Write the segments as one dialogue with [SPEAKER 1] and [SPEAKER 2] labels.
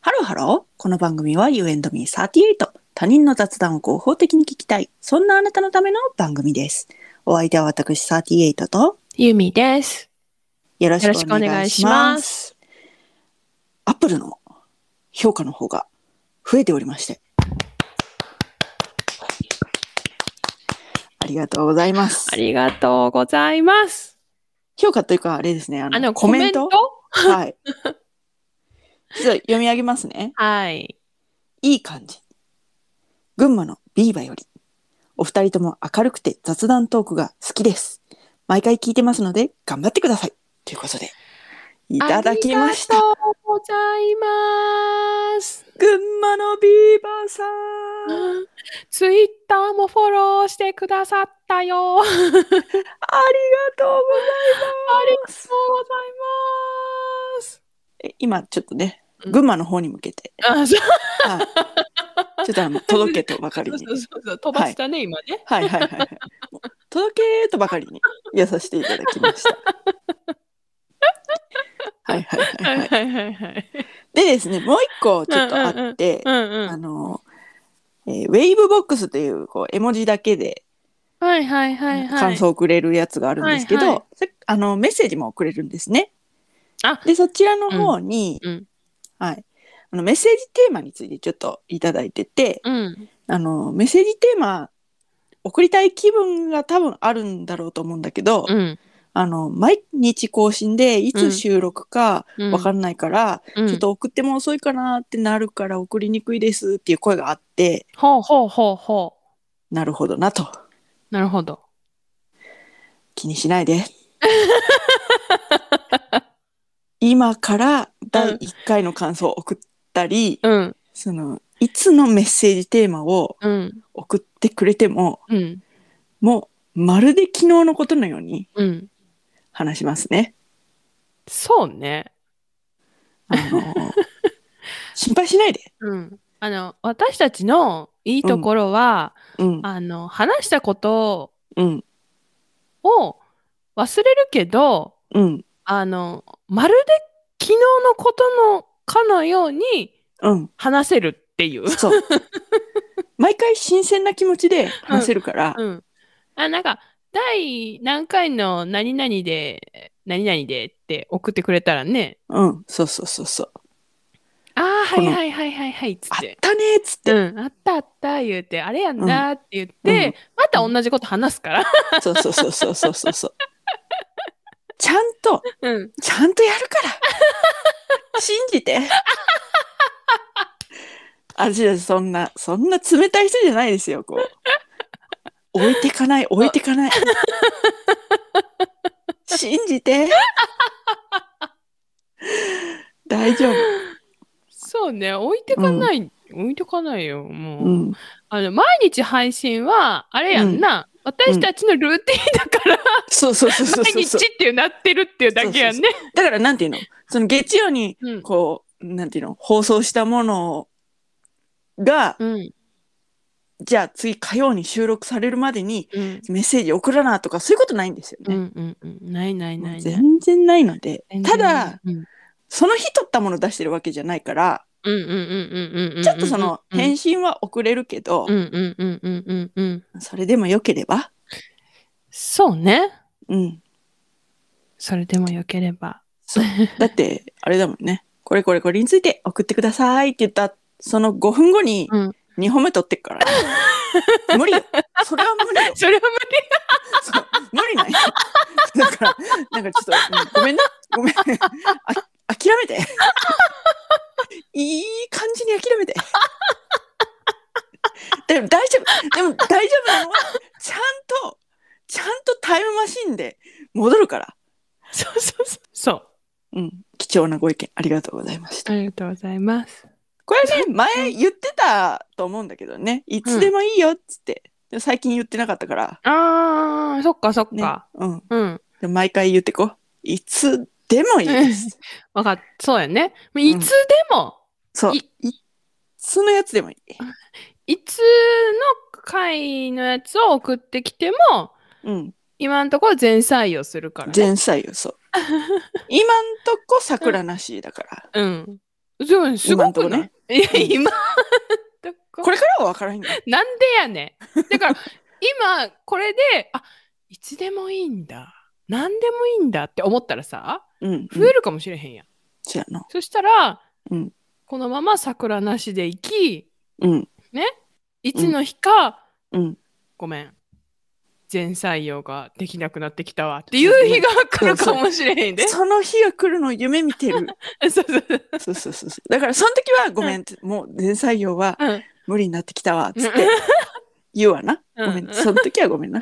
[SPEAKER 1] ハロー。この番組は You and me38。他人の雑談を合法的に聞きたい。そんなあなたのための番組です。お相手は私38と
[SPEAKER 2] ゆみです。
[SPEAKER 1] よろし
[SPEAKER 2] よろ
[SPEAKER 1] く
[SPEAKER 2] し
[SPEAKER 1] お
[SPEAKER 2] くお
[SPEAKER 1] 願
[SPEAKER 2] 願
[SPEAKER 1] い
[SPEAKER 2] い
[SPEAKER 1] し
[SPEAKER 2] し
[SPEAKER 1] ま。
[SPEAKER 2] ます
[SPEAKER 1] アップルの評価の方が増えておりまして。ありがとうございます
[SPEAKER 2] あ。りがとうございます。
[SPEAKER 1] 評価というか、あれですね。あの、
[SPEAKER 2] あの、
[SPEAKER 1] コ
[SPEAKER 2] コ
[SPEAKER 1] メ
[SPEAKER 2] メ
[SPEAKER 1] ン
[SPEAKER 2] ン
[SPEAKER 1] ト
[SPEAKER 2] ト
[SPEAKER 1] はい。 ちょっと読み上げますね。
[SPEAKER 2] はい。
[SPEAKER 1] いい感じ。群馬のビーバより。お二人とも明るくて雑談トークが好きです。毎回聞いてますので頑張ってください。ということで、い
[SPEAKER 2] い
[SPEAKER 1] ただきました
[SPEAKER 2] あり。がとうございます。
[SPEAKER 1] 群馬のビーバーさん。
[SPEAKER 2] ツイッターもフォローしてくださったよ。ありがと
[SPEAKER 1] あ
[SPEAKER 2] う
[SPEAKER 1] りがとうございます。
[SPEAKER 2] ございます。
[SPEAKER 1] え今ちょっとね、
[SPEAKER 2] うん
[SPEAKER 1] 群馬の方に向けて、
[SPEAKER 2] あ、そう
[SPEAKER 1] はい、ちょっとあの届けとばかりに
[SPEAKER 2] そ。うそうそう。飛ばしたね、今ね。
[SPEAKER 1] はいはいはいはい。もう届けとばかりにやさせていただきま した。はいはいは
[SPEAKER 2] はい
[SPEAKER 1] はい
[SPEAKER 2] い。はいはいはい。
[SPEAKER 1] でですね、もう一個ちょっとあって、
[SPEAKER 2] うんう
[SPEAKER 1] あ
[SPEAKER 2] ん。
[SPEAKER 1] の、えーウェイブボックスというこう絵文字だけで
[SPEAKER 2] はいはいはいは
[SPEAKER 1] 感
[SPEAKER 2] い。
[SPEAKER 1] 想をくれるやつがあるんですけど、
[SPEAKER 2] はいは
[SPEAKER 1] それあのメッセージもくれるんですね。
[SPEAKER 2] あ
[SPEAKER 1] で、そちらの方に、
[SPEAKER 2] うんうん
[SPEAKER 1] はい、あのメッセージテーマについてちょっといただいてて、
[SPEAKER 2] うん。
[SPEAKER 1] あのメッセージテーマ送りたい気分が多分あるんだろうと思うんだけど、
[SPEAKER 2] うん。
[SPEAKER 1] あの毎日更新でいつ収録か
[SPEAKER 2] うん
[SPEAKER 1] わかんないから、
[SPEAKER 2] うん
[SPEAKER 1] ちょっと送っても遅いかなってなるから送りにくいですっていう声があって、
[SPEAKER 2] ほうほうほうほ
[SPEAKER 1] なるほどなと。
[SPEAKER 2] う。なるほど。
[SPEAKER 1] 気にしない で。今から第1回の感想を送ったり、
[SPEAKER 2] うん。
[SPEAKER 1] その、いつのメッセージテーマを
[SPEAKER 2] うん。
[SPEAKER 1] 送ってくれても、
[SPEAKER 2] うん。
[SPEAKER 1] もうまるで昨日のことのように
[SPEAKER 2] うん。
[SPEAKER 1] 話しますね。
[SPEAKER 2] そうね。
[SPEAKER 1] あの、 心配しないで。
[SPEAKER 2] うん、あの私たちのいいところは、
[SPEAKER 1] うん、
[SPEAKER 2] あの話したこと
[SPEAKER 1] うん、
[SPEAKER 2] を忘れるけど
[SPEAKER 1] うん、
[SPEAKER 2] あのまるで昨日のことのかのように
[SPEAKER 1] うん。
[SPEAKER 2] 話せるっていう。
[SPEAKER 1] そう。毎回新鮮な気持ちで話せるから、
[SPEAKER 2] うん、あなんか第何回の何々で何々でって送ってくれたらね
[SPEAKER 1] うん、そうそうそうそう。
[SPEAKER 2] ああ
[SPEAKER 1] こ
[SPEAKER 2] は
[SPEAKER 1] の
[SPEAKER 2] いはいはいはいはいっつ
[SPEAKER 1] あ
[SPEAKER 2] っ。
[SPEAKER 1] ってたねーっつって。
[SPEAKER 2] うん、あったあった言うてあれやんなーって言って、
[SPEAKER 1] うんうん
[SPEAKER 2] また同じこと話すから、
[SPEAKER 1] そうそうそうそうそうそうそう。ちゃんと、
[SPEAKER 2] うん、
[SPEAKER 1] ちゃんとやる から。信じて。あ私たちそんな、そんな冷たい人じゃないですよ、こう。置いてかない、置いてかない。信じて。大丈夫。
[SPEAKER 2] そうね置いてかない、置いてかないよもう、
[SPEAKER 1] うん。
[SPEAKER 2] あの毎日配信はあれやんな、私たちのルーティンだから、
[SPEAKER 1] そうそうそうそう
[SPEAKER 2] 毎
[SPEAKER 1] そう
[SPEAKER 2] 日
[SPEAKER 1] そう。
[SPEAKER 2] っていうなってるっていうだけやんね
[SPEAKER 1] だから、なんていうのその月曜に、
[SPEAKER 2] うん
[SPEAKER 1] こう、なんていうの放送したものが、
[SPEAKER 2] うん
[SPEAKER 1] じゃあ次火曜に収録されるまでに
[SPEAKER 2] うん
[SPEAKER 1] メッセージ送らなとかそういうことないんですよ
[SPEAKER 2] うんう
[SPEAKER 1] ね。
[SPEAKER 2] んうんないない
[SPEAKER 1] も
[SPEAKER 2] な
[SPEAKER 1] う
[SPEAKER 2] いない
[SPEAKER 1] 全然ないので
[SPEAKER 2] 全
[SPEAKER 1] た
[SPEAKER 2] 然ない
[SPEAKER 1] だ
[SPEAKER 2] うん
[SPEAKER 1] その日撮ったもの出してるわけじゃないから
[SPEAKER 2] うんうんうんうんうんうん
[SPEAKER 1] ちょっとその
[SPEAKER 2] うん
[SPEAKER 1] 返信は遅れるけど、
[SPEAKER 2] うんうんうんうんうんうん
[SPEAKER 1] それでもよければ、
[SPEAKER 2] そうね
[SPEAKER 1] うん、
[SPEAKER 2] それでもよければ
[SPEAKER 1] そうだってあれだもんねこれこれこれについて送ってくださいって言ったその5分後に
[SPEAKER 2] うん
[SPEAKER 1] 2本目撮ってっから、無理よそれは無理よ
[SPEAKER 2] それは
[SPEAKER 1] そう無理ない。 だから、なんかちょっと、ごめんな、ごめん。あ諦め て。いい感じに諦めて。でも大丈夫。でも大丈夫なのは、ちゃんと、ちゃんとタイムマシンで戻るから。
[SPEAKER 2] そうそうそうそう
[SPEAKER 1] うん。貴重なご意見ありがとうございました。
[SPEAKER 2] ありがとうございます
[SPEAKER 1] これね、前言ってたと思うんだけどね。いつでもいいよっつって。でも最近言ってなかったから。
[SPEAKER 2] あーそっかそっ
[SPEAKER 1] ね
[SPEAKER 2] か、。
[SPEAKER 1] うん。
[SPEAKER 2] うん
[SPEAKER 1] でも毎回言ってこう。いつでもいいです。
[SPEAKER 2] わかっそうやね。
[SPEAKER 1] う
[SPEAKER 2] もう
[SPEAKER 1] ん
[SPEAKER 2] いつでも、
[SPEAKER 1] そう。
[SPEAKER 2] い
[SPEAKER 1] いつのやつでもいい。
[SPEAKER 2] いつの回のやつを送ってきても、
[SPEAKER 1] うん。
[SPEAKER 2] 今のところ全採 用するから、ね。
[SPEAKER 1] 前菜よ、そう。今んとこ桜なしだから。
[SPEAKER 2] うん。そうすごくないいや、今んとこ
[SPEAKER 1] これからは分からへんけど
[SPEAKER 2] なんでやねん。だから、今、これで、あいつでもいいんだ。何でもいいんだって思ったらさ、
[SPEAKER 1] うん、うん、
[SPEAKER 2] 増えるかもしれへんやん。
[SPEAKER 1] そうやな
[SPEAKER 2] そしたら、
[SPEAKER 1] うん
[SPEAKER 2] このまま桜なしで生き、
[SPEAKER 1] うん
[SPEAKER 2] いつの日か、
[SPEAKER 1] うん
[SPEAKER 2] ごめん。全採用ができなくなってきたわっていう日が来るかもしれへんで。
[SPEAKER 1] その日が来るのを夢見て る
[SPEAKER 2] そうそうそう。
[SPEAKER 1] そうそうそうそうだからその時はごめんってもう全採用は
[SPEAKER 2] うん。
[SPEAKER 1] 無理になってきたわっつ って言うわな
[SPEAKER 2] う
[SPEAKER 1] ご
[SPEAKER 2] ん
[SPEAKER 1] めんその時はごめんな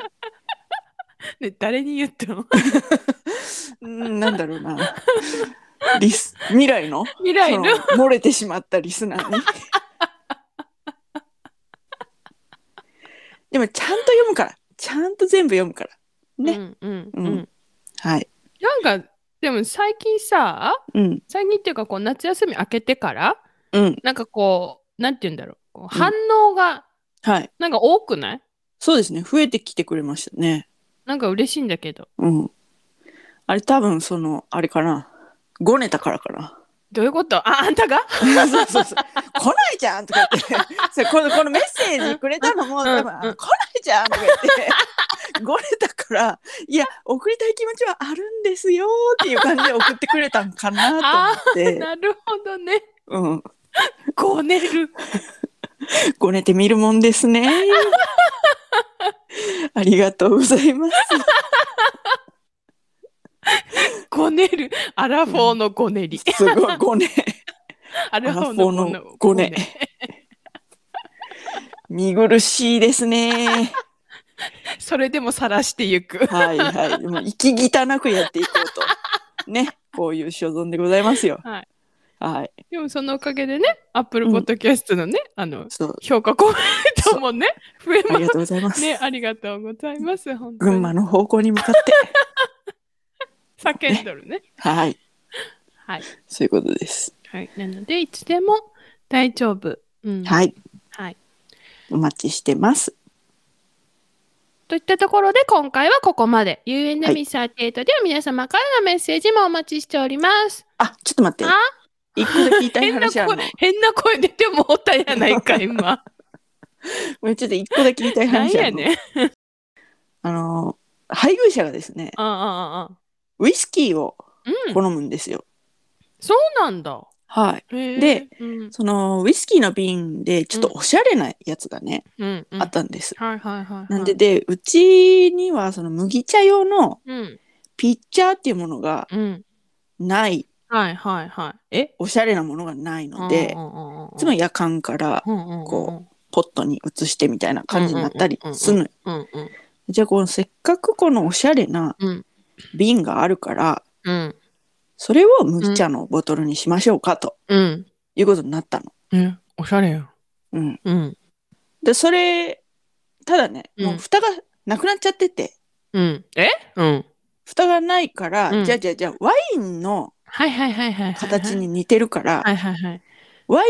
[SPEAKER 2] ね、誰に言っても
[SPEAKER 1] うんなんだろうなリス未来の
[SPEAKER 2] 未来の
[SPEAKER 1] その漏れてしまったリスナーにでもちゃんと読むからちゃんと全部読むからね
[SPEAKER 2] うん
[SPEAKER 1] う
[SPEAKER 2] う
[SPEAKER 1] んん
[SPEAKER 2] うん、
[SPEAKER 1] はい
[SPEAKER 2] なんかでも最近さ
[SPEAKER 1] うん
[SPEAKER 2] 最近っていうかこう夏休み明けてから
[SPEAKER 1] うん
[SPEAKER 2] なんかこうなんて言うんだろうこう
[SPEAKER 1] うん
[SPEAKER 2] 反応が
[SPEAKER 1] はい
[SPEAKER 2] なんか多くない、
[SPEAKER 1] そうですね増えてきてくれましたね
[SPEAKER 2] なんか嬉しいんだけど
[SPEAKER 1] うんあれ多分そのあれかなごねたからかな
[SPEAKER 2] どういうことああんたが
[SPEAKER 1] そうそうそう「来ないじゃん!」とか言ってそうこのこのメッセージくれたのも多分「あ
[SPEAKER 2] うんうん
[SPEAKER 1] の来ないじゃん!」とか言ってごねたから「いや送りたい気持ちはあるんですよ」っていう感じで送ってくれたんかなと思って。
[SPEAKER 2] なるほどね
[SPEAKER 1] うん、
[SPEAKER 2] こねる
[SPEAKER 1] ごねてみるもんですね。 ありがとうございます。
[SPEAKER 2] こねるアラフォーのごねり、
[SPEAKER 1] すごい、ごね。
[SPEAKER 2] アラフォーのご
[SPEAKER 1] ア
[SPEAKER 2] ね
[SPEAKER 1] ラフォーのごね見苦しいですね。
[SPEAKER 2] それでも晒してゆく
[SPEAKER 1] はいはい。もう息汚くやっていこうと。ね。こういう所存でございますよ。
[SPEAKER 2] はい。
[SPEAKER 1] はい。
[SPEAKER 2] でもそのおかげでねアップルポッドキャストのね、あの
[SPEAKER 1] そう。
[SPEAKER 2] 評価コメントもね増え
[SPEAKER 1] あ
[SPEAKER 2] ま
[SPEAKER 1] りがとうございます。
[SPEAKER 2] ね、ありがとうございます。本当に
[SPEAKER 1] 群馬の方向に向かって。
[SPEAKER 2] 叫んどるね。
[SPEAKER 1] はい。
[SPEAKER 2] はい。
[SPEAKER 1] そういうことです。
[SPEAKER 2] はい。なので、いつでも大丈夫。うん。い。
[SPEAKER 1] はい。
[SPEAKER 2] はい。
[SPEAKER 1] お待ちしてます。
[SPEAKER 2] といったところで、今回はここまで。UNM38 では皆様からのメッセージもお待ちしております。
[SPEAKER 1] あ、ちょっと待って
[SPEAKER 2] あ。
[SPEAKER 1] 一個だけ言いたい
[SPEAKER 2] 変な
[SPEAKER 1] 話ある
[SPEAKER 2] 声
[SPEAKER 1] の。、
[SPEAKER 2] 変な声出てもうたやないか、今。
[SPEAKER 1] もうちょっと一個だけ言いたい
[SPEAKER 2] なん
[SPEAKER 1] 話あ
[SPEAKER 2] や
[SPEAKER 1] るの。
[SPEAKER 2] ねん。
[SPEAKER 1] あのー、配偶者がですね、
[SPEAKER 2] ああ、ああ。
[SPEAKER 1] ウイスキーを
[SPEAKER 2] うん。
[SPEAKER 1] 好むんですよ。
[SPEAKER 2] そうなんだ。
[SPEAKER 1] はい。
[SPEAKER 2] へえ
[SPEAKER 1] で、
[SPEAKER 2] うん。
[SPEAKER 1] そのウイスキーの瓶でちょっとおしゃれなやつがね、
[SPEAKER 2] うん。うん
[SPEAKER 1] あったんです。
[SPEAKER 2] はいはいはい。
[SPEAKER 1] なんで、でうちにはその麦茶用の
[SPEAKER 2] うん。
[SPEAKER 1] ピッチャーっていうものが
[SPEAKER 2] うん。
[SPEAKER 1] ない
[SPEAKER 2] はいはいはい。え
[SPEAKER 1] おしゃれなものがないので、いつも
[SPEAKER 2] り、
[SPEAKER 1] 夜間から
[SPEAKER 2] うんうんうん
[SPEAKER 1] こポットに移してみたいな感じになったりするのよ
[SPEAKER 2] うんうん。
[SPEAKER 1] じゃあこのせっかくこのおしゃれな
[SPEAKER 2] うん
[SPEAKER 1] 瓶があるから
[SPEAKER 2] うん。
[SPEAKER 1] それを麦茶のボトルにしましょうかと
[SPEAKER 2] うん。
[SPEAKER 1] いうことになったの。
[SPEAKER 2] え、おしゃれやん。
[SPEAKER 1] うん、
[SPEAKER 2] うん。
[SPEAKER 1] でそれただね、
[SPEAKER 2] うん
[SPEAKER 1] もう蓋がなくなっちゃってて。
[SPEAKER 2] うん。えうん。
[SPEAKER 1] 蓋がないから、
[SPEAKER 2] うん
[SPEAKER 1] じゃあじゃあじゃあワインの
[SPEAKER 2] はいはいはいはい。
[SPEAKER 1] 形に。似てるから、
[SPEAKER 2] はいはいはい。
[SPEAKER 1] ワイ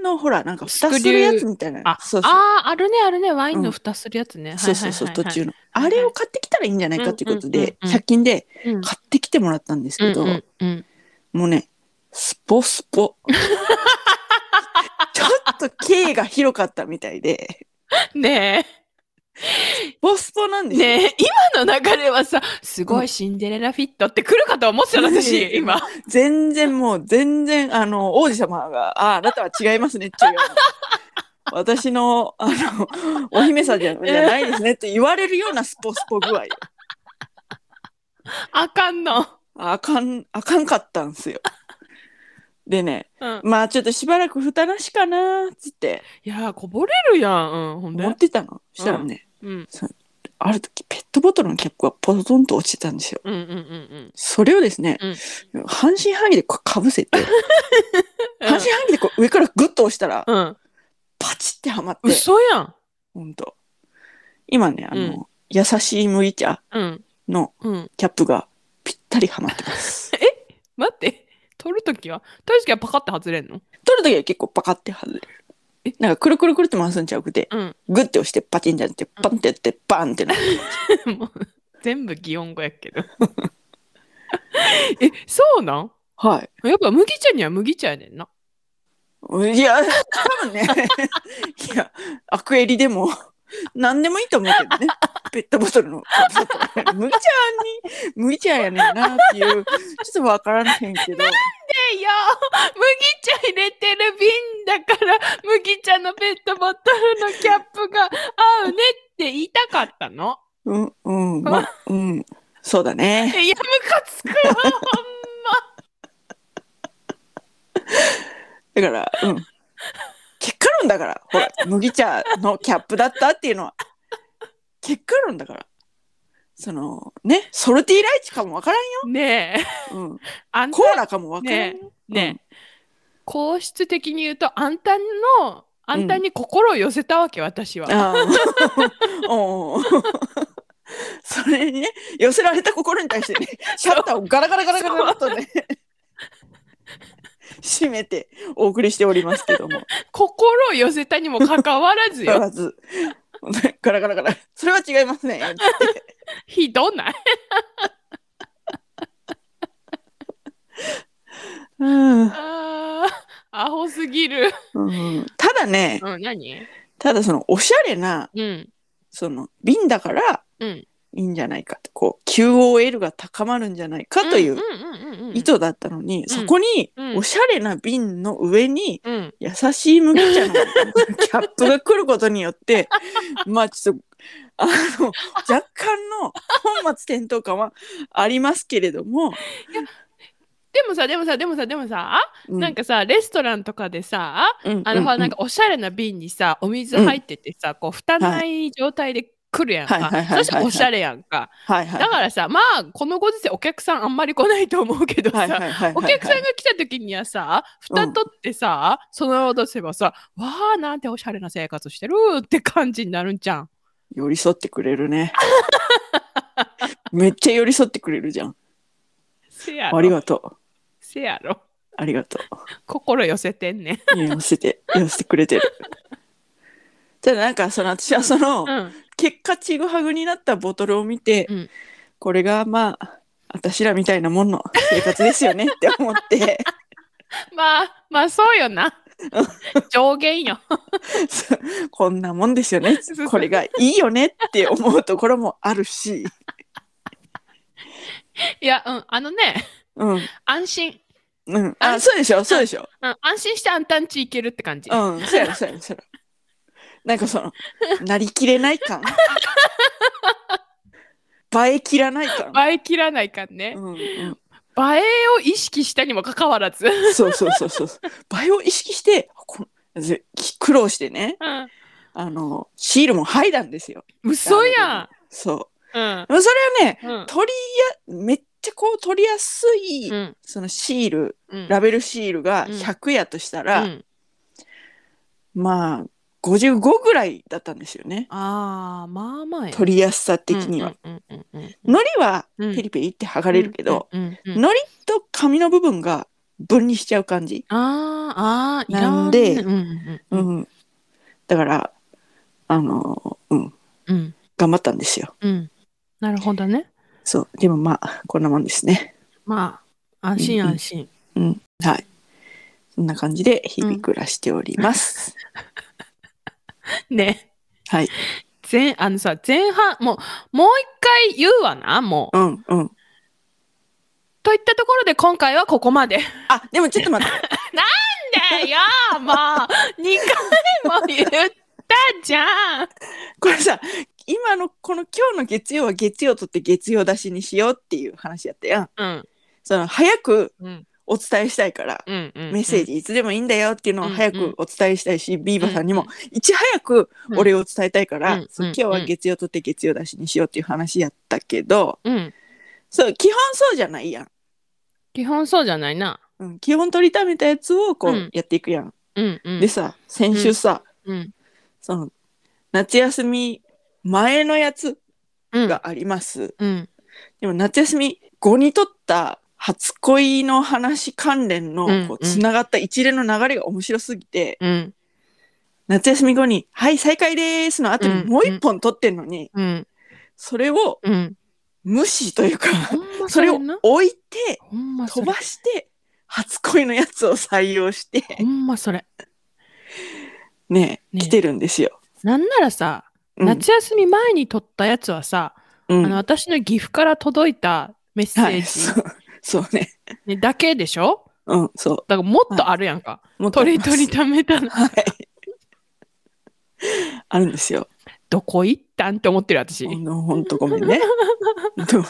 [SPEAKER 1] ンのほらなんか蓋するやつみたいな
[SPEAKER 2] あ、
[SPEAKER 1] そうそう
[SPEAKER 2] ああ、あるねあるね。ワイン
[SPEAKER 1] う
[SPEAKER 2] の
[SPEAKER 1] ん
[SPEAKER 2] 蓋するやつね。
[SPEAKER 1] そうそうそう
[SPEAKER 2] はい
[SPEAKER 1] 途
[SPEAKER 2] はいはい
[SPEAKER 1] 中の、
[SPEAKER 2] はいはい
[SPEAKER 1] あれを買ってきたらいいんじゃないかということで、
[SPEAKER 2] うんうんうんうん
[SPEAKER 1] 100均で
[SPEAKER 2] うん
[SPEAKER 1] 買ってきてもらったんですけど、
[SPEAKER 2] うんうんうん
[SPEAKER 1] もうねスポス ポちょっと径が広かったみたいで
[SPEAKER 2] ね
[SPEAKER 1] スポスポなん
[SPEAKER 2] え、
[SPEAKER 1] ですよ、
[SPEAKER 2] ねえ、今の流れはさ、すごいシンデレラフィットって来るかと思ってたの私、 今。
[SPEAKER 1] 全然もう全然あの王子様が「あああなたは違いますね」っていうような 私のあのお姫さんじゃじゃないですねって言われるようなスポスポ具合
[SPEAKER 2] あかんの。
[SPEAKER 1] あかんあかんかったんすよでね
[SPEAKER 2] うん。
[SPEAKER 1] まあちょっとしばらく蓋なしかなーっつって
[SPEAKER 2] いやー、こぼれるやん。うん、ほんで
[SPEAKER 1] 持っ。てたのしたらね、
[SPEAKER 2] うん。
[SPEAKER 1] ある時ペットボトルのキャップがポトンと落ちてたんですよ
[SPEAKER 2] うんうんうん
[SPEAKER 1] それをですね、半信半疑でこうかぶせて
[SPEAKER 2] うん。
[SPEAKER 1] 半信半疑でこう上からグッと押したら
[SPEAKER 2] うん。
[SPEAKER 1] パチってはまって
[SPEAKER 2] 嘘やん。
[SPEAKER 1] ほんと。今ね、あの、
[SPEAKER 2] うん
[SPEAKER 1] 優しい麦茶
[SPEAKER 2] うん。
[SPEAKER 1] の
[SPEAKER 2] うん。
[SPEAKER 1] キャップがぴったりはまって ます。
[SPEAKER 2] 待って、取るときは取るときはパカって外れんの
[SPEAKER 1] 取るときは結構パカって外れる。なんかくるくるくるって回すんちゃうくて、
[SPEAKER 2] うん。
[SPEAKER 1] グッて押してパチンじゃなくて、パンってやって、バンってなる。
[SPEAKER 2] もう全部擬音語やけど。 え、そうなん
[SPEAKER 1] はい。
[SPEAKER 2] やっぱ麦茶には麦茶やねんな。
[SPEAKER 1] いや、多分ね、 いや、アクエリでも、何でもいいと思うけどね。ペットボトルの、ちょっと麦茶に、麦茶やねんなっていう、ちょっとわからへんけど、
[SPEAKER 2] えよ麦茶入れてる瓶だから麦茶のペットボトルのキャップが合うねって言いたかったの
[SPEAKER 1] うん、うん、まあ、うん、そうだね。
[SPEAKER 2] いやムカつくわ
[SPEAKER 1] だから、うん。結果論だから、ほら、麦茶のキャップだったっていうのは、結果論だから。その、ね、ソルティーライチかもわからんよ。
[SPEAKER 2] ねえ
[SPEAKER 1] うん。
[SPEAKER 2] あんた
[SPEAKER 1] コーラかもわからんよ。
[SPEAKER 2] ねえ皇室的に言うとあんたのあんたに心を寄せたわけ、私は。
[SPEAKER 1] ああ、 おうおうそれにね、寄せられた心に対して ね、シャッターをガラガラガラガラガラとね、閉めてお送りしておりますけど も、
[SPEAKER 2] 心を寄せたにもかかわらずよ
[SPEAKER 1] まず、ガラガラガラ、それは違いますね。
[SPEAKER 2] ひどない
[SPEAKER 1] うん
[SPEAKER 2] あーアホすぎる。
[SPEAKER 1] うんただね、
[SPEAKER 2] うん、何
[SPEAKER 1] ただそのおしゃれな、
[SPEAKER 2] うん
[SPEAKER 1] その瓶だから
[SPEAKER 2] うん。
[SPEAKER 1] いいんじゃないかって、こう、QOL が高まるんじゃないかという
[SPEAKER 2] んうんうんうん、
[SPEAKER 1] 意図だったのに、
[SPEAKER 2] ん
[SPEAKER 1] そこに
[SPEAKER 2] うん
[SPEAKER 1] おしゃれな瓶の上に、
[SPEAKER 2] うん、
[SPEAKER 1] 優しい麦茶の キャップが来ることによ ってまあちょっとあの若干の本末転倒感はありますけれども、
[SPEAKER 2] でもさでもさでもさでもさ、
[SPEAKER 1] う
[SPEAKER 2] なんかさレストランとかでさ
[SPEAKER 1] うん
[SPEAKER 2] あの、
[SPEAKER 1] うん
[SPEAKER 2] ほらなんかおしゃれな瓶にさお水入っててさ、こう蓋ない状態で来るやん
[SPEAKER 1] はい
[SPEAKER 2] か
[SPEAKER 1] はいはいはいはい
[SPEAKER 2] そしたらおしゃれやんか、
[SPEAKER 1] はいはい
[SPEAKER 2] だからさまあこのご時世お客さんあんまり来ないと思うけどさ、
[SPEAKER 1] はいはいはい
[SPEAKER 2] お
[SPEAKER 1] はい
[SPEAKER 2] 客さんが来た時にはさ蓋取ってさ、そのまま出せばさ「わあなんておしゃれな生活してる」って感じになるんじゃん。
[SPEAKER 1] 寄り添ってくれる ねめっちゃ寄り添ってくれるじゃん
[SPEAKER 2] せや
[SPEAKER 1] あり
[SPEAKER 2] ろ
[SPEAKER 1] がと
[SPEAKER 2] せやろ
[SPEAKER 1] うありがと
[SPEAKER 2] 心寄せてんねん。
[SPEAKER 1] ういや寄せて寄せてくれてるただなんかその私はその、
[SPEAKER 2] うん
[SPEAKER 1] 結果ちぐはぐになったボトルを見て、
[SPEAKER 2] うん
[SPEAKER 1] これがまあ私らみたいなもんの生活ですよねって思って
[SPEAKER 2] まあまあそうよな上限よ
[SPEAKER 1] そうこんなもんですよね
[SPEAKER 2] そうそう
[SPEAKER 1] これがいいよねって思うところもあるし、
[SPEAKER 2] いやうんあのね
[SPEAKER 1] うん
[SPEAKER 2] 安心、
[SPEAKER 1] うん、あそうでしょそうでしょ
[SPEAKER 2] うん、安心してあんたんち行けるって感じ、
[SPEAKER 1] うんそうやろそうやろそうやろなんかそのなりきれない 感映えきらない感、
[SPEAKER 2] 映え切らないかんね、
[SPEAKER 1] うんうん、
[SPEAKER 2] 映えを意識したにもかかわらず、うん、
[SPEAKER 1] そうそうそうそう映えを意識してこぜ苦労してね、あの、シールも剥いだんですよ。
[SPEAKER 2] 嘘や
[SPEAKER 1] そ
[SPEAKER 2] んうん
[SPEAKER 1] う。でもそれはね、
[SPEAKER 2] うん
[SPEAKER 1] 取りや、めっちゃこう取りやすい、
[SPEAKER 2] うん
[SPEAKER 1] そのシール、
[SPEAKER 2] うん
[SPEAKER 1] ラベルシールが
[SPEAKER 2] うん
[SPEAKER 1] 100やとした
[SPEAKER 2] う
[SPEAKER 1] ら、
[SPEAKER 2] ん
[SPEAKER 1] まあ、55ぐらいだったんですよね。
[SPEAKER 2] ああまあまあや
[SPEAKER 1] 取りやすさ的には。
[SPEAKER 2] うんうんうんうん
[SPEAKER 1] のりは
[SPEAKER 2] うん
[SPEAKER 1] ペリペリって剥がれるけど、
[SPEAKER 2] うんうんうん
[SPEAKER 1] のりと紙の部分が分離しちゃう感じ。
[SPEAKER 2] あーあーいら
[SPEAKER 1] なんで
[SPEAKER 2] うんうんう
[SPEAKER 1] うんん。だから、あの、うん、
[SPEAKER 2] うん
[SPEAKER 1] 頑張ったんですよ。
[SPEAKER 2] うんなるほどね
[SPEAKER 1] そう。でもまあ、こんなもんですね。
[SPEAKER 2] まあ安心安心、
[SPEAKER 1] うん、はい。そんな感じで日々暮らしており ます。
[SPEAKER 2] ね
[SPEAKER 1] はい。
[SPEAKER 2] 前あのさ前半もうもう一回言うわなもう、
[SPEAKER 1] うん、うん。
[SPEAKER 2] といったところで今回はここまで
[SPEAKER 1] あ、でもちょっと 待って。
[SPEAKER 2] でよもう2回も言ったじゃん
[SPEAKER 1] これさ、今のこの今日の月曜は月曜とって月曜出しにしようっていう話やったやん。
[SPEAKER 2] うん
[SPEAKER 1] その早く
[SPEAKER 2] うん
[SPEAKER 1] お伝えしたいから、
[SPEAKER 2] うんうん
[SPEAKER 1] メッセー
[SPEAKER 2] ジ
[SPEAKER 1] ジいつでもいいんだよっていうのを早
[SPEAKER 2] うんうん
[SPEAKER 1] くお伝えしたいし、ビーバさんに
[SPEAKER 2] う
[SPEAKER 1] も
[SPEAKER 2] ん
[SPEAKER 1] いち早くお礼を伝えたいから、
[SPEAKER 2] うん
[SPEAKER 1] そう今日は月曜とって月曜出しにしようっていう話やったけど、
[SPEAKER 2] うん
[SPEAKER 1] そう、基本そうじゃないやん。
[SPEAKER 2] 基本そうじゃないな
[SPEAKER 1] うん、基本取りためたやつをこ
[SPEAKER 2] う
[SPEAKER 1] うんやっていくやん。
[SPEAKER 2] うんうん
[SPEAKER 1] でさ、先週さ、
[SPEAKER 2] うん
[SPEAKER 1] その夏休み前のやつ
[SPEAKER 2] うん
[SPEAKER 1] があります、
[SPEAKER 2] うん
[SPEAKER 1] でも夏休み後にとった初恋の話関連の
[SPEAKER 2] うん
[SPEAKER 1] こう
[SPEAKER 2] うん
[SPEAKER 1] つながった一連の流れが面白すぎて、
[SPEAKER 2] うん
[SPEAKER 1] 夏休み後に「はい再開です」の後
[SPEAKER 2] うん
[SPEAKER 1] に
[SPEAKER 2] うん
[SPEAKER 1] もう一本撮ってんのに、
[SPEAKER 2] うん
[SPEAKER 1] それを
[SPEAKER 2] うん
[SPEAKER 1] 無視というか
[SPEAKER 2] ほんま
[SPEAKER 1] それを
[SPEAKER 2] な
[SPEAKER 1] 置いて
[SPEAKER 2] ほんま
[SPEAKER 1] 飛
[SPEAKER 2] それ
[SPEAKER 1] ばして初恋のやつを採用して、
[SPEAKER 2] ほんまそれ。
[SPEAKER 1] ね
[SPEAKER 2] ね
[SPEAKER 1] 来てるんですよ。
[SPEAKER 2] なんならさ、
[SPEAKER 1] うん
[SPEAKER 2] 夏休み前に撮ったやつはさ、
[SPEAKER 1] うん
[SPEAKER 2] あの私の岐阜から届いたメッセ
[SPEAKER 1] はい、
[SPEAKER 2] ー
[SPEAKER 1] そうそうね。
[SPEAKER 2] ジ、ねだけでしょ
[SPEAKER 1] うん、そ
[SPEAKER 2] だからもっとあるやんか。
[SPEAKER 1] う。もっとあ
[SPEAKER 2] ト
[SPEAKER 1] り
[SPEAKER 2] リ
[SPEAKER 1] ま
[SPEAKER 2] ト
[SPEAKER 1] す
[SPEAKER 2] リ貯めたの。
[SPEAKER 1] はい。あるんですよ。
[SPEAKER 2] どこ行ったんって思ってる私。
[SPEAKER 1] あ
[SPEAKER 2] うん
[SPEAKER 1] のほんとごめんね。ごめん。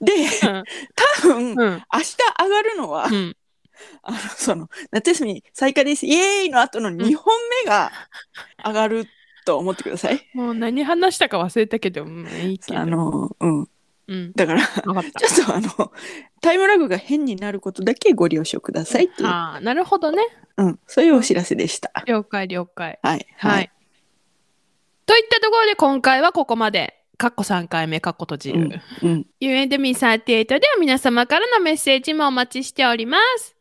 [SPEAKER 1] で、多分、明
[SPEAKER 2] うん。
[SPEAKER 1] 日上がるのは、
[SPEAKER 2] うん。
[SPEAKER 1] あの、その、夏休み再開です、イエーイの後の2本目が上がると思ってください。
[SPEAKER 2] もう何話したか忘れたけど、うんい いけど。
[SPEAKER 1] あの、うん。
[SPEAKER 2] うん。
[SPEAKER 1] だから、
[SPEAKER 2] わかった。
[SPEAKER 1] ちょっとあの、タイムラグが変になることだけご了承くださいっていう、
[SPEAKER 2] ああ、なるほどね。
[SPEAKER 1] うん、そういうお知らせでした。
[SPEAKER 2] 了解了解。
[SPEAKER 1] はい。
[SPEAKER 2] は。い。といったところで今回はここまで。かっこ3回目、かっこ閉じる。
[SPEAKER 1] うん。
[SPEAKER 2] You and me38 では皆様からのメッセージもお待ちしております。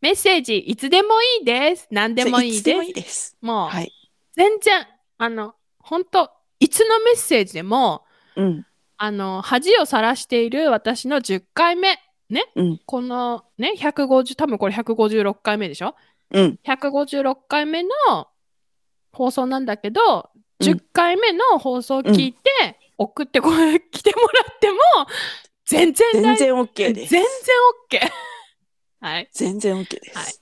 [SPEAKER 2] メッセージ、いつでもいいです。何でもいい
[SPEAKER 1] つで
[SPEAKER 2] です。
[SPEAKER 1] もいいです。
[SPEAKER 2] もう、
[SPEAKER 1] はい。
[SPEAKER 2] 全然、あの、本当いつのメッセージでも、
[SPEAKER 1] うん。
[SPEAKER 2] あの、恥をさらしている私の10回目、ね、
[SPEAKER 1] うん
[SPEAKER 2] このね、150、多分これ156回目でしょ
[SPEAKER 1] うん。
[SPEAKER 2] 156回目の放送なんだけど、10回目の放送聞いて、送ってこれ来てもらっても全然大
[SPEAKER 1] 全
[SPEAKER 2] 丈
[SPEAKER 1] 然 OK
[SPEAKER 2] 夫
[SPEAKER 1] です。
[SPEAKER 2] 全然 OK はい
[SPEAKER 1] 全然 OK です。
[SPEAKER 2] はい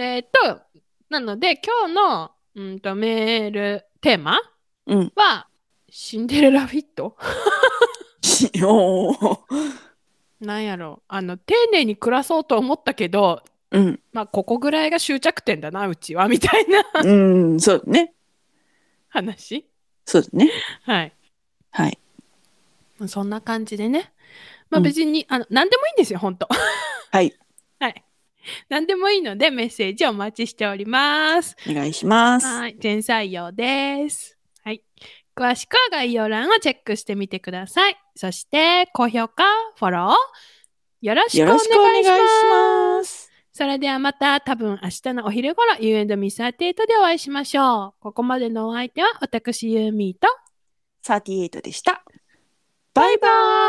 [SPEAKER 2] えーっとなので今日のうんとメールテーマ
[SPEAKER 1] うん。
[SPEAKER 2] はシンデレラフィット
[SPEAKER 1] し おー
[SPEAKER 2] なんやろうあの丁寧に暮らそうと思ったけど
[SPEAKER 1] うん。
[SPEAKER 2] まあここぐらいが終着点だなうちはみたいな
[SPEAKER 1] うん、そうだね。
[SPEAKER 2] 話
[SPEAKER 1] そうだね。
[SPEAKER 2] はい
[SPEAKER 1] はい。
[SPEAKER 2] そんな感じでね。まあ
[SPEAKER 1] うん
[SPEAKER 2] 別に、あの、何でもいいんですよ、本当
[SPEAKER 1] はい。
[SPEAKER 2] はい。何でもいいので、メッセージお待ちしております。
[SPEAKER 1] お願いします。
[SPEAKER 2] はい。全採用です。はい。詳しくは概要欄をチェックしてみてください。そして、高評価、フォロー、よろしく
[SPEAKER 1] よ
[SPEAKER 2] お
[SPEAKER 1] ろ
[SPEAKER 2] 願い
[SPEAKER 1] し
[SPEAKER 2] し
[SPEAKER 1] くお願いし
[SPEAKER 2] ます。
[SPEAKER 1] ます。
[SPEAKER 2] それではまた、多分明日のお昼頃、You and Me38 でお会いしましょう。ここまでのお相手は、私、ユーミーと、
[SPEAKER 1] 38でした。バイバイ